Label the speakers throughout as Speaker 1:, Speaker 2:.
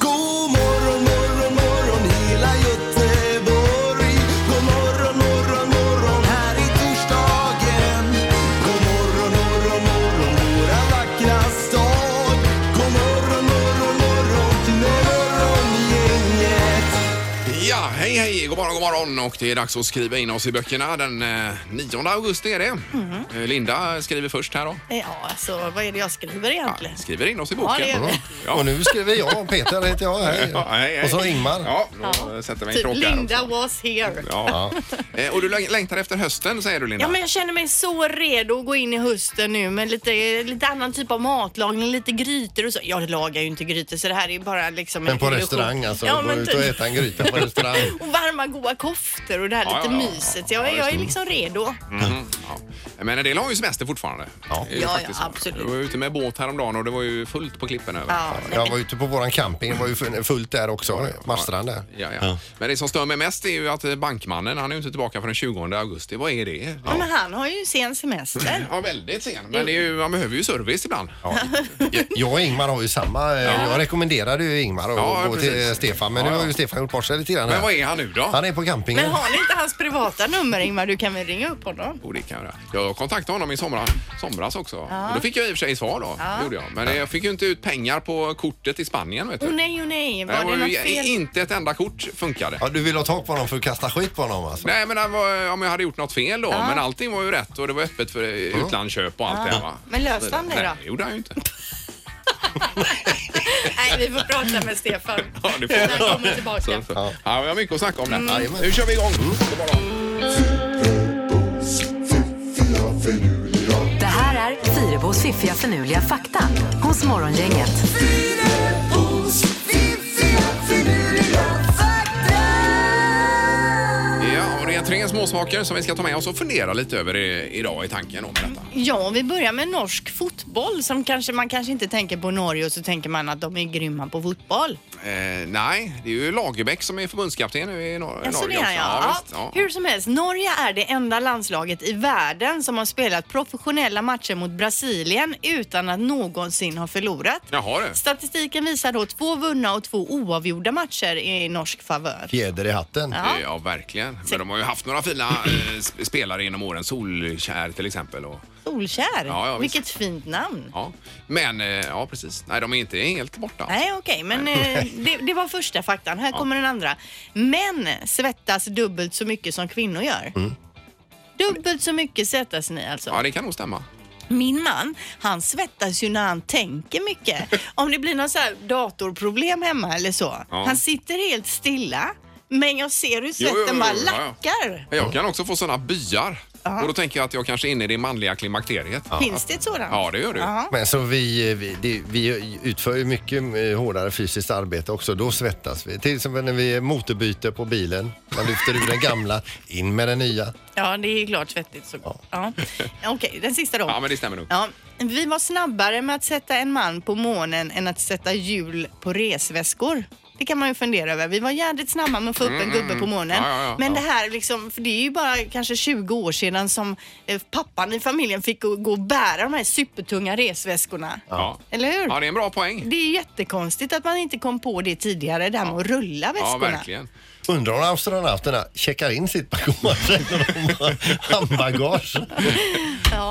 Speaker 1: God morgon, morgon, morgon hela Göteborg. God morgon, morgon, morgon här i torsdagen. God morgon, morgon, morgon våra vackra stad. God morgon, morgon, morgon till morgongänget.
Speaker 2: Ja, hej hej, god morgon, god morgon och det är dags att skriva in oss i böckerna. Den eh, 9 augusti är det.
Speaker 3: Mhm.
Speaker 2: Eh, Linda skriver först här då.
Speaker 3: Ja, alltså vad är det jag skriver egentligen?
Speaker 2: Skriver in oss i
Speaker 3: Ja,
Speaker 2: boken.
Speaker 3: det gör vi.
Speaker 2: Ja.
Speaker 4: Och nu skriver jag, Peter heter jag. Hej.
Speaker 2: Ja, hej, hej.
Speaker 4: Och så Ingmar.
Speaker 2: Ja, då sätter vi en
Speaker 3: Typ
Speaker 2: krock här
Speaker 3: Linda
Speaker 2: också.
Speaker 3: was here. Ja.
Speaker 2: Ja. Eh, Och du läng- längtar efter hösten säger du Linda?
Speaker 3: men jag känner mig så redo att gå in i hösten nu med lite, lite annan typ av matlagning, lite grytor och så. Jag lagar ju inte grytor så det här är ju bara liksom
Speaker 4: Men på
Speaker 3: illusion.
Speaker 4: restaurang alltså.
Speaker 3: Ja,
Speaker 4: gå
Speaker 3: men
Speaker 4: ut och
Speaker 3: typ.
Speaker 4: äta en gryta på restaurang.
Speaker 3: Och varma goda koftor och det här
Speaker 2: Ja,
Speaker 3: lite
Speaker 2: ja, ja, ja.
Speaker 3: myset. Jag, är-
Speaker 2: Ja,
Speaker 3: jag är
Speaker 2: just
Speaker 3: liksom redo.
Speaker 2: Mhm, ja. Men en del har ju semester fortfarande. Ja,
Speaker 3: Ja, ja, absolut.
Speaker 2: Du var ju ute med båt häromdagen och det var ju fullt på klippen över.
Speaker 3: Ja, nej,
Speaker 4: Jag var ute på våran camping, det var ju full- fullt där också. Marstrand där.
Speaker 2: Ja, ja. Men det som stör mig mest är ju att eh, bankmannen, han är ju inte tillbaka förrän 20 augusti. Vad är det?
Speaker 3: Ja, men han har ju sen semester.
Speaker 2: Ja, väldigt sen. Men det är ju, man behöver ju service ibland.
Speaker 4: Jag och Ingmar har ju samma. eh, Jag rekommenderade ju Ingmar att
Speaker 2: Ja,
Speaker 4: gå
Speaker 2: precis.
Speaker 4: till eh, Stefan. Men nu
Speaker 2: Ja, ja.
Speaker 4: har ju Stefan gjort bort sig lite grann.
Speaker 2: Men
Speaker 4: här.
Speaker 2: vad är han nu då?
Speaker 4: Han är på campingen.
Speaker 3: Men har ni inte hans privata nummer Ingmar? Du kan väl ringa upp honom?
Speaker 2: Jo, det kan jag göra. Jag kontaktade honom i somras, somras också. Och då fick jag i och för sig svar då. det Gjorde jag. Men jag fick ju inte ut pengar på kortet i Spanien. Vet du.
Speaker 3: Åh nej, åh nej. Var
Speaker 2: Nej,
Speaker 3: det,
Speaker 2: det var
Speaker 3: något
Speaker 2: ju
Speaker 3: fel?
Speaker 2: Inte ett enda kort funkade.
Speaker 4: Ja, du vill ha tag på honom för att kasta skit på honom alltså?
Speaker 2: Nej, men det var, ja, men jag hade gjort något fel då. Men allting var ju rätt och det var öppet för eh, utlandsköp och allt det här va.
Speaker 3: Men löste han det
Speaker 2: Nej,
Speaker 3: då?
Speaker 2: det gjorde han ju inte.
Speaker 3: Nej, vi får prata med Stefan.
Speaker 2: Ja, det får vi.
Speaker 3: Han kommer tillbaka. Mm.
Speaker 2: Så, så. Ja. vi har mycket att snacka om där.
Speaker 4: Jajamän.
Speaker 2: Nu kör vi igång.
Speaker 5: Det här är Fyrabos fiffiga förnuliga fakta hos Morgongänget.
Speaker 2: Ja, och det är tre småsaker som vi ska ta med oss och fundera lite över i, idag i tanken om detta.
Speaker 3: Ja, vi börjar med norsk fotboll som kanske man kanske inte tänker på Norge och så tänker man att de är grymma på fotboll.
Speaker 2: Eh, nej, det är ju Lagerbäck som är förbundskapten nu i Nor-
Speaker 3: Alltså, det
Speaker 2: Norge
Speaker 3: är
Speaker 2: också.
Speaker 3: jag.
Speaker 2: Ja,
Speaker 3: Ja,
Speaker 2: visst, ja.
Speaker 3: Hur som helst, Norge är det enda landslaget i världen som har spelat professionella matcher mot Brasilien utan att någonsin ha förlorat.
Speaker 2: Jaha du.
Speaker 3: Statistiken visar då två vunna och två oavgjorda matcher i norsk favör.
Speaker 4: Fjäder i hatten.
Speaker 2: Ja. Eh, ja, verkligen. Men de har ju haft några fina eh, sp- spelare genom åren. Solkär till exempel. Och,
Speaker 3: Solkär,
Speaker 2: Ja, ja, visst.
Speaker 3: vilket fint namn.
Speaker 2: ja. Men, eh, ja precis. Nej, de är inte helt borta.
Speaker 3: Nej, okej, men eh, det, det var första faktan. Här kommer den andra. Män svettas dubbelt så mycket som kvinnor gör. Dubbelt så mycket svettas ni alltså.
Speaker 2: Mm. Ja, det kan nog stämma.
Speaker 3: Min man, han svettas ju när han tänker mycket. Om det blir något så här datorproblem hemma eller så.
Speaker 2: Ja.
Speaker 3: Han sitter helt stilla, men jag ser hur
Speaker 2: jo,
Speaker 3: svetten
Speaker 2: jo,
Speaker 3: bara
Speaker 2: jo, ja, ja.
Speaker 3: lackar.
Speaker 2: Men Jag kan också få sådana byar. Och då tänker jag att jag kanske är inne i det manliga klimakteriet.
Speaker 3: Finns det ett sådant?
Speaker 2: Ja, det gör du.
Speaker 3: Ja.
Speaker 4: Men så vi, eh, vi, det, vi utför ju mycket eh, hårdare fysiskt arbete också. Då svettas vi. Till exempel när vi motorbyter på bilen. Man lyfter ur den gamla, in med den nya.
Speaker 3: Ja, det är klart svettigt. Så. Ja. Okej, den sista då.
Speaker 2: Ja, men det stämmer nog.
Speaker 3: Ja, vi var snabbare med att sätta en man på månen än att sätta hjul på resväskor. Det kan man ju fundera över. Vi var jädrigt snabba med att få upp en gubbe på månen.
Speaker 2: Mm, Ja, ja, ja,
Speaker 3: men
Speaker 2: ja.
Speaker 3: det här liksom, för det är ju bara kanske 20 år sedan som eh, pappan i familjen fick gå gå och bära de här supertunga resväskorna.
Speaker 2: Ja.
Speaker 3: Eller hur?
Speaker 2: Ja, det är en bra poäng.
Speaker 3: Det är jättekonstigt att man inte kom på det tidigare, det här med att rulla
Speaker 2: Ja,
Speaker 3: väskorna.
Speaker 2: verkligen.
Speaker 4: Undrar om astronauterna checkar in sitt bagage eller om de har handbagage.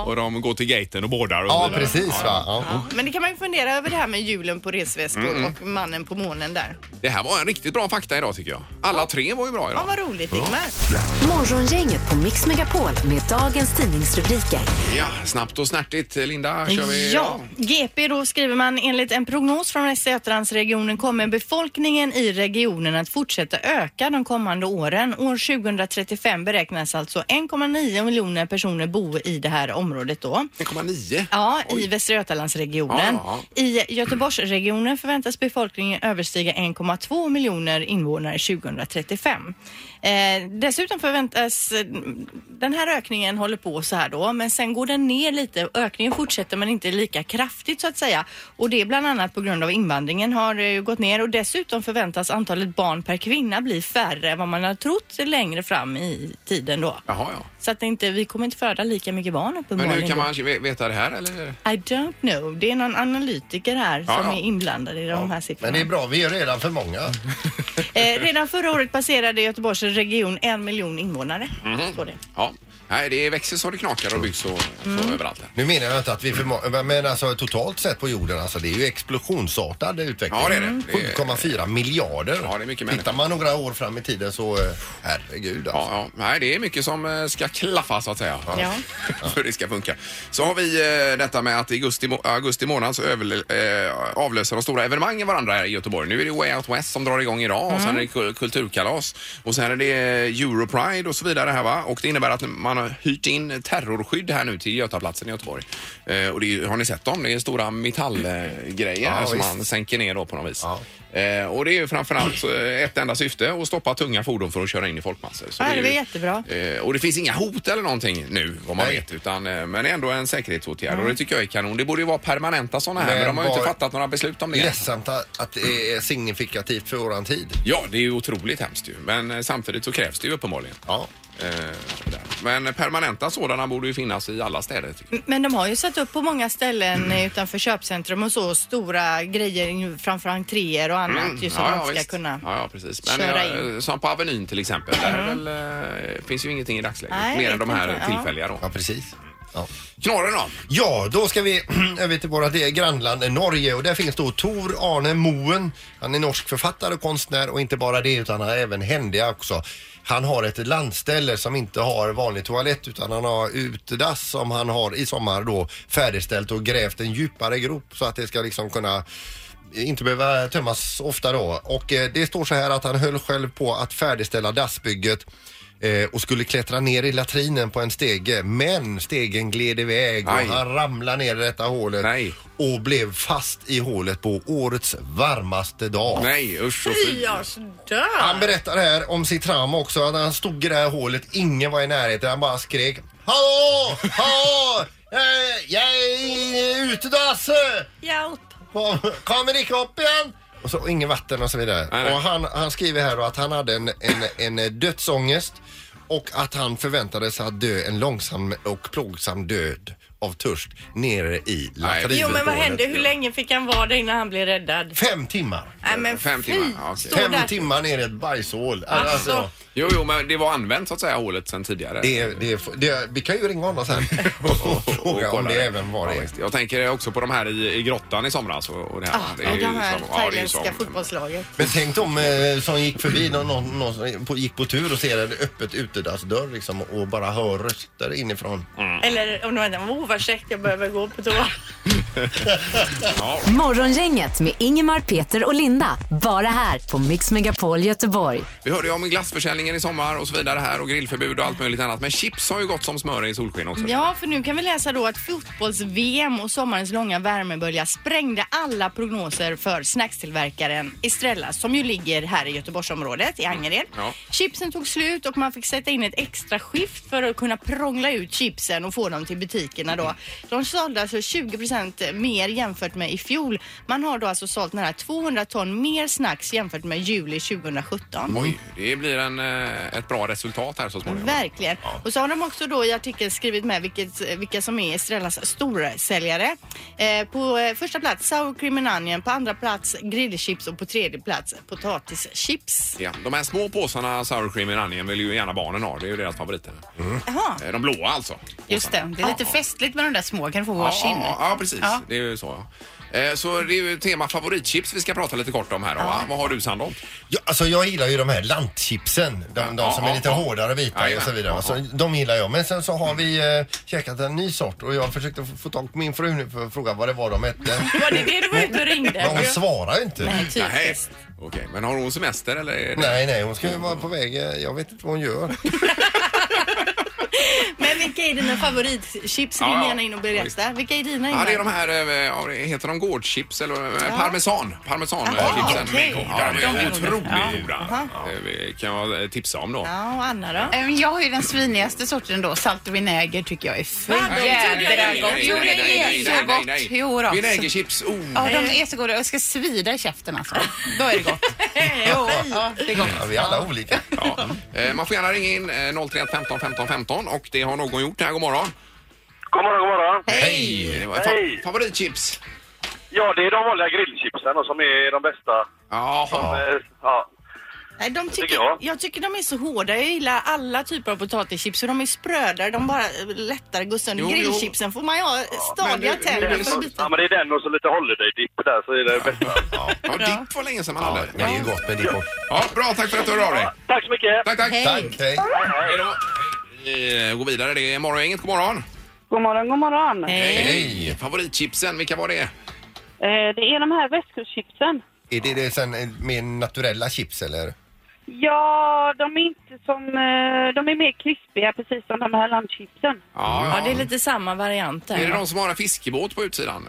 Speaker 2: Och de går till gaten och bådar och så
Speaker 4: Ja,
Speaker 2: vidare.
Speaker 4: precis va. Ja.
Speaker 3: Men det kan man ju fundera över det här med hjulen på resväskor
Speaker 2: Mm,
Speaker 3: och mannen på månen där.
Speaker 2: Det här var en riktigt bra fakta idag tycker jag. Alla tre var ju bra
Speaker 3: Ja,
Speaker 2: idag.
Speaker 3: vad roligt Ingmar.
Speaker 5: Morgongänget på Mix Megapol med dagens tidningsrubriker.
Speaker 2: Ja, snabbt och snärtigt. Linda, kör vi?
Speaker 3: Ja, GP då skriver man enligt en prognos från Västra Götalandsregionen kommer befolkningen i regionen att fortsätta öka öka de kommande åren. År 2035 beräknas alltså 1,9 miljoner personer bo i det här området då.
Speaker 2: 1,9.
Speaker 3: Ja, i Västra Götalandsregionen.
Speaker 2: Ja,
Speaker 3: I Göteborgsregionen förväntas befolkningen överstiga 1,2 miljoner invånare 2035. Eh, dessutom förväntas eh, den här ökningen håller på så här då, men sen går den ner lite. Ökningen fortsätter men inte lika kraftigt så att säga. Och det är bland annat på grund av invandringen har eh, gått ner och dessutom förväntas antalet barn per kvinna bli färre än vad man har trott längre fram i tiden då.
Speaker 2: Jaha, ja.
Speaker 3: Så att inte, vi kommer inte föda lika mycket barn
Speaker 2: Men
Speaker 3: uppenbarligen.
Speaker 2: hur kan
Speaker 3: då.
Speaker 2: man ve- veta det här eller?
Speaker 3: I don't know. Det är någon analytiker här
Speaker 2: Ja,
Speaker 3: som
Speaker 2: ja.
Speaker 3: är inblandad i de här siffrorna.
Speaker 4: Men det är bra, vi är redan för många.
Speaker 3: eh, redan förra året passerade Göteborgs region en miljon invånare.
Speaker 2: Mhm.
Speaker 3: Står det.
Speaker 2: Ja. Nej, det växer så det knakar och byggs och,
Speaker 3: Mm.
Speaker 2: så överallt. här.
Speaker 4: Nu menar jag inte att vi är för många, men alltså totalt sett på jorden, alltså det är ju explosionsartad utveckling.
Speaker 2: Ja, det är det. Det är-
Speaker 4: 7,4 miljarder.
Speaker 2: Ja, det är mycket
Speaker 4: Tittar man några år fram i tiden så, eh, herregud
Speaker 2: Ja,
Speaker 4: alltså.
Speaker 2: ja. Nej, det är mycket som eh, ska klaffa så att säga.
Speaker 3: Ja.
Speaker 2: För det ska funka. Så har vi eh, detta med att i augusti, må- augusti månad så överle- eh, avlöser de stora evenemangen varandra här i Göteborg. Nu är det Way Out West som drar igång idag och sen är det kul- kulturkalas och sen är det Europride och så vidare här va. Och det innebär att man har hyrt in terrorskydd här nu till Götaplatsen i Göteborg. Eh, och det är, ju- har ni sett dem? Det är stora metallgrejer här som
Speaker 4: visst.
Speaker 2: man sänker ner då på något vis.
Speaker 4: Ja.
Speaker 2: Eh, och det är ju framförallt eh, ett enda syfte, att stoppa tunga fordon för att köra in i folkmassor. Så
Speaker 3: Ja,
Speaker 2: är
Speaker 3: det var
Speaker 2: ju-
Speaker 3: jättebra.
Speaker 2: Eh, och det finns inga hot eller någonting nu vad man
Speaker 4: Nej.
Speaker 2: vet utan, eh, men ändå en säkerhetsåtgärd
Speaker 3: Mm.
Speaker 2: och det tycker jag är kanon. Det borde ju vara permanenta sådana här men,
Speaker 4: Men
Speaker 2: de har ju inte
Speaker 4: var-
Speaker 2: fattat några beslut om det.
Speaker 4: Ledsamt att att det är signifikativt för våran tid.
Speaker 2: Ja, det är ju otroligt hemskt ju men eh, samtidigt så krävs det ju uppenbarligen.
Speaker 4: Ja.
Speaker 2: Eh, sådär. men permanenta sådana borde ju finnas i alla städer. Tycker jag.
Speaker 3: Men de har ju satt upp på många ställen eh, utanför köpcentrum och så stora grejer in- framför entréer och annat ju som man ska
Speaker 2: visst.
Speaker 3: kunna.
Speaker 2: Mm. ja, ja, precis. Men,
Speaker 3: köra Mm.
Speaker 2: eh, Som på Avenyn till exempel, där är väl, eh, finns ju ingenting i dagsläget
Speaker 3: Nej,
Speaker 2: mer
Speaker 3: jag
Speaker 2: än de
Speaker 3: vet
Speaker 2: här
Speaker 3: inte. Ja.
Speaker 2: tillfälliga då.
Speaker 4: Ja, precis. Ja.
Speaker 2: Knorren då?
Speaker 4: Ja, då ska vi över till våra det- grannland Norge och där finns då Tor Arne Moen. Han är norsk författare och konstnär och inte bara det utan han är även händiga också. Han har ett landställe som inte har vanlig toalett utan han har utedass som han har i sommar då färdigställt och grävt en djupare grop så att det ska liksom kunna eh, inte behöva tömmas ofta då. Och eh, det står så här att han höll själv på att färdigställa dassbygget eh, och skulle klättra ner i latrinen på en stege men stegen gled iväg
Speaker 2: Aj.
Speaker 4: och han ramlade ner i detta hålet
Speaker 2: Nej.
Speaker 4: och blev fast i hålet på årets varmaste dag.
Speaker 2: Nej, usch och fy.
Speaker 3: Ja,
Speaker 4: Han berättar här om sitt trauma också, att han stod i det här hålet, ingen var i närheten, han bara skrek Hallå! Hallå! Eh, Jag är utedasse!
Speaker 3: Hjälp!
Speaker 4: Kom- Kommer ni upp igen? Och så ingen vatten och så vidare.
Speaker 2: Nej, nej.
Speaker 4: Och han, han skriver här då att han hade en, en, en dödsångest och att han förväntade sig att dö en långsam och plågsam död av törst nere i
Speaker 2: Nej.
Speaker 4: latrinen.
Speaker 3: Jo men vad hände? Hur
Speaker 2: Ja.
Speaker 3: länge fick han vara där innan han blev räddad?
Speaker 4: Fem timmar.
Speaker 3: Nej men
Speaker 2: Fem
Speaker 3: fy,
Speaker 2: timmar, ja, okej.
Speaker 3: stå
Speaker 4: Fem
Speaker 3: där.
Speaker 4: timmar nere i ett bajshål. Alltså.
Speaker 3: Alltså.
Speaker 2: Jo, jo, men det var använt så att säga hålet sen tidigare.
Speaker 4: Det, är- det, är- det, är- vi kan ju ringa honom sen och fråga om
Speaker 2: kolla
Speaker 4: det även var det
Speaker 2: Ja,
Speaker 4: är.
Speaker 2: visst. Jag tänker också på de här i, i grottan i somras. Och, och det här.
Speaker 3: Ah,
Speaker 2: det är ju
Speaker 3: de här
Speaker 2: som- ja, det är ju
Speaker 3: thailändska
Speaker 2: som-
Speaker 3: fotbollslaget.
Speaker 4: Men tänk om eh, som gick förbi någon, någon, någon som på- gick på tur och ser en öppet utedassdörr liksom, och bara hör röster inifrån.
Speaker 2: Mm.
Speaker 3: Eller om de hade, åh vad käckt jag behöver gå på toa.
Speaker 5: Morgongänget med Ingemar, Peter och Linda. Bara här på Mix Megapol Göteborg.
Speaker 2: Vi hörde ju om glassförsäljningen i sommar och så vidare här och grillförbud och allt möjligt annat. Men chips har ju gått som smör i solsken också.
Speaker 3: Ja, för nu kan vi läsa då att fotbolls-VM och sommarens långa värmebölja sprängde alla prognoser för snackstillverkaren Estrella som ju ligger här i Göteborgsområdet, i Angered.
Speaker 2: Ja.
Speaker 3: Chipsen tog slut och man fick sätta in ett extra skift för att kunna prångla ut chipsen och få dem till butikerna då. De sålde alltså 20 mer jämfört med i fjol. Man har då alltså sålt nära 200 ton mer snacks jämfört med juli 2017.
Speaker 2: Oj, det blir en, eh, ett bra resultat här så småningom.
Speaker 3: Verkligen. Och så har de också då i artikeln skrivit med vilket, vilka som är Estrellas storsäljare. Eh, på eh, första plats sour cream and onion, på andra plats grillchips och på tredje plats potatischips.
Speaker 2: Ja, de här små påsarna sour cream and onion vill ju gärna barnen ha. Det är ju deras favoriter.
Speaker 3: Jaha,
Speaker 4: Mm.
Speaker 2: Eh, De blåa alltså.
Speaker 6: Just det, det är lite festligt med de där små. Kan du få
Speaker 2: Ja,
Speaker 6: varsin?
Speaker 2: ja, ja, precis.
Speaker 4: Ja.
Speaker 2: Det är ju så. ja. Eh, Så det är ju tema favoritchips vi ska prata lite kort om här då, va? Vad har du Sandholt?
Speaker 4: Ja, alltså jag gillar ju de här lantchipsen. De, de
Speaker 2: Ja,
Speaker 4: som
Speaker 2: ja,
Speaker 4: är lite
Speaker 2: ja.
Speaker 4: hårdare bitar och så
Speaker 2: Jajamän,
Speaker 4: vidare.
Speaker 2: ja,
Speaker 4: Alltså,
Speaker 2: ja.
Speaker 4: de gillar jag. Men sen så har vi eh, käkat en ny sort och jag försökte få- få tag på min fru nu för att fråga vad det var de hette.
Speaker 3: Var det det du var ute och ringde?
Speaker 4: Men hon svarar ju inte.
Speaker 3: Nej,
Speaker 2: Nej.
Speaker 3: typiskt.
Speaker 2: Okej, men har hon semester eller? Är det...
Speaker 4: Nej, nej, hon ska ju vara på väg. eh, Jag vet inte vad hon gör.
Speaker 3: Men vilka är dina favoritchips?
Speaker 2: Ja,
Speaker 3: Ring
Speaker 2: ja.
Speaker 3: gärna in och berätta. Vilka är dina?
Speaker 2: Ja,
Speaker 3: Ingmar?
Speaker 2: det är de här, eh, ja, det heter de gårdchips eller eh, parmesan?
Speaker 3: Jaha,
Speaker 2: Parmesanchipsen.
Speaker 3: okej.
Speaker 2: Ja, de
Speaker 3: De
Speaker 2: är
Speaker 3: är goda.
Speaker 2: otroligt goda.
Speaker 3: Jaha.
Speaker 2: Eh, vi kan jag eh, tipsa om då.
Speaker 3: Ja, och Anna då?
Speaker 6: Ehm, Jag har ju den svinigaste sorten då. Salt och vinäger tycker jag är för
Speaker 3: Va? De
Speaker 6: jädra
Speaker 3: tycker jag
Speaker 6: gott. Jo, det är så gott. Jo, då.
Speaker 2: Vinägerchips. Oh.
Speaker 6: Ja, de är så goda. Jag ska svida i käften alltså. Då är det gott. Jo, ja, det är gott.
Speaker 4: Ja, vi är alla olika.
Speaker 2: Ja. Eh, Man får gärna ringa in eh, 031 15 15 15 och det har någon gjort här. God morgon.
Speaker 7: God morgon, god morgon.
Speaker 2: Hej! Det var fa-
Speaker 7: Hej.
Speaker 2: Favoritchips.
Speaker 7: Ja, det är de vanliga grillchipsen och som är de bästa.
Speaker 2: Jaha.
Speaker 7: Eh, Ja.
Speaker 3: Nej, de tycker,
Speaker 7: Tycker
Speaker 3: jag.
Speaker 7: jag.
Speaker 3: tycker de är så hårda. Jag gillar alla typer av potatischips. För de är sprödare. De bara eh, lättare går sönder.
Speaker 2: Jo, jo.
Speaker 3: Grillchipsen får man ju ha stadiga
Speaker 2: men det-
Speaker 7: Det är
Speaker 3: tänder
Speaker 7: den
Speaker 3: för
Speaker 7: och-
Speaker 3: att bita.
Speaker 7: ja, men det är den och så lite Holiday-dipp där så är det bästa.
Speaker 2: Ja, dipp var länge sedan man
Speaker 4: Ja,
Speaker 2: hade.
Speaker 4: men det är ju gott med dipp och-
Speaker 2: Ja, bra, tack för att du hörde av dig.
Speaker 7: Tack så mycket!
Speaker 2: Tack, tack.
Speaker 4: Tack, hej.
Speaker 2: Hej då. Vi eh, går vidare. Det är Morgongänget. God morgon.
Speaker 8: God morgon, god morgon.
Speaker 3: Nej.
Speaker 2: Hej. Favoritchipsen, vilka var det?
Speaker 8: Eh, det är de här västkustchipsen.
Speaker 4: Är det, det sen eh, mer naturella chips eller?
Speaker 8: Ja, de är inte som... Eh, de är mer krispiga, precis som de här landchipsen.
Speaker 3: Ja, det är lite samma varianter.
Speaker 2: Är det de som har en fiskebåt på utsidan?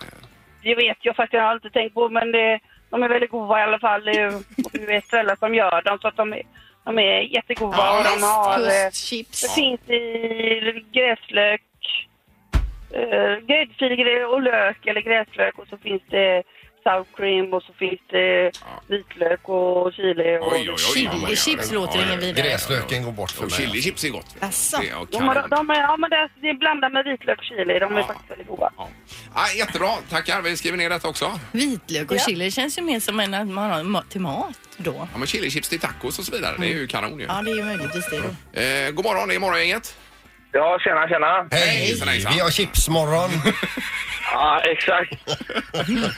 Speaker 8: Det vet jag faktiskt, jag har alltid tänkt på, men det, de är väldigt goda i alla fall. Det är- och Vi vet alla som gör dem, så att de, är- de är jättegoda.
Speaker 2: Ja,
Speaker 8: och de har, eh,
Speaker 3: Västkustchips.
Speaker 8: det finns i gräslök, eh, gräddfil grä- och lök, eller gräslök, och så finns det sour cream och så finns det vitlök och chili. Och,
Speaker 3: Chilichips låter ingen vidare.
Speaker 4: Gräslöken går bort för
Speaker 2: Och
Speaker 4: mig. alltså.
Speaker 2: chilichips är gott.
Speaker 3: Asså.
Speaker 2: Det- och
Speaker 8: De, har,
Speaker 2: karamell.
Speaker 8: de är, ja, men det är, det är blandat med vitlök och chili. De är
Speaker 2: Ja.
Speaker 8: faktiskt väldigt goda.
Speaker 2: Ja. Ah, jättebra, tackar. Vi skriver ner detta också.
Speaker 3: Vitlök och chili känns ju mer som en att man har ma- till mat då.
Speaker 2: Ja, men chilichips till tacos och så vidare. Det är ju kanon ju.
Speaker 3: Ja, det är ju möjligtvis det då.
Speaker 2: Eh, god morgon, det är Morgongänget.
Speaker 7: Ja, tjena, tjena!
Speaker 4: Hej!
Speaker 2: Hejsan, hejsan.
Speaker 4: Vi har chipsmorgon.
Speaker 7: Ja, exakt.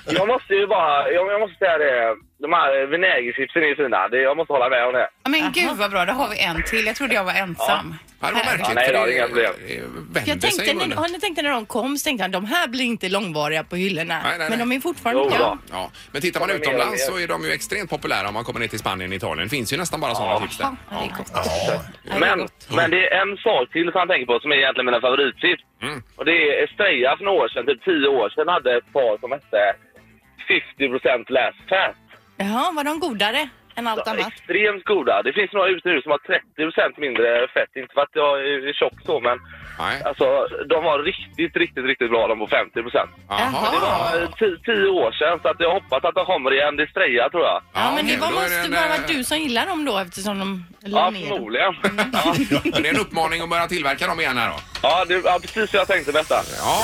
Speaker 7: Jag måste ju bara, jag, jag måste säga det, de här vinägerchipsen är ju fina. Det, jag måste hålla med om det.
Speaker 6: Ja, men gud vad bra, då har vi en till. Jag trodde jag var ensam.
Speaker 2: Ja, det var märkligt.
Speaker 7: nej,
Speaker 2: för
Speaker 7: då, inga problem.
Speaker 2: det vänder
Speaker 3: Jag tänkte,
Speaker 2: sig i
Speaker 3: när,
Speaker 2: munnen.
Speaker 3: har ni tänkt när de kom så tänkte jag de här blir inte långvariga på hyllorna.
Speaker 2: Nej, nej,
Speaker 3: Men
Speaker 2: nej.
Speaker 3: de är fortfarande
Speaker 7: Jo,
Speaker 3: bra.
Speaker 7: då.
Speaker 2: Ja, men tittar man
Speaker 7: Kommer mer och
Speaker 2: utomlands
Speaker 7: mer.
Speaker 2: så är de ju extremt populära om man kommer ner till Spanien och Italien. Det finns ju nästan bara sådana chips där.
Speaker 3: Ja, det är gott. Ja, det är
Speaker 7: Men,
Speaker 3: gott.
Speaker 7: men det är en sak till som jag tänker på som är egentligen mina favoritchips.
Speaker 3: Mm.
Speaker 7: Och det är Estrella för några år sedan, typ tio år sedan, hade ett par som hette 50% less fat.
Speaker 3: Jaha, var de godare än allt annat?
Speaker 7: Extremt goda. Det finns några ute nu som har 30% mindre fett. Inte för att jag är tjock så, men
Speaker 2: Nej.
Speaker 7: alltså, de var riktigt, riktigt, riktigt bra de på 50%.
Speaker 2: Jaha.
Speaker 7: Det var
Speaker 3: Ah.
Speaker 7: eh, ti- tio år sedan, så att jag hoppas att de kommer igen. Det är Estrella, tror jag.
Speaker 3: Ja, men
Speaker 2: okej,
Speaker 3: det var,
Speaker 2: då är
Speaker 3: måste
Speaker 2: en,
Speaker 3: bara
Speaker 2: eh,
Speaker 3: varit du som gillar dem då eftersom de la ner
Speaker 7: Ja,
Speaker 3: dem. Mm.
Speaker 7: förmodligen. Ja,
Speaker 2: men Det är en uppmaning att börja tillverka dem igen här då.
Speaker 7: ja, det, ja, precis som jag tänkte detta.
Speaker 2: Ja,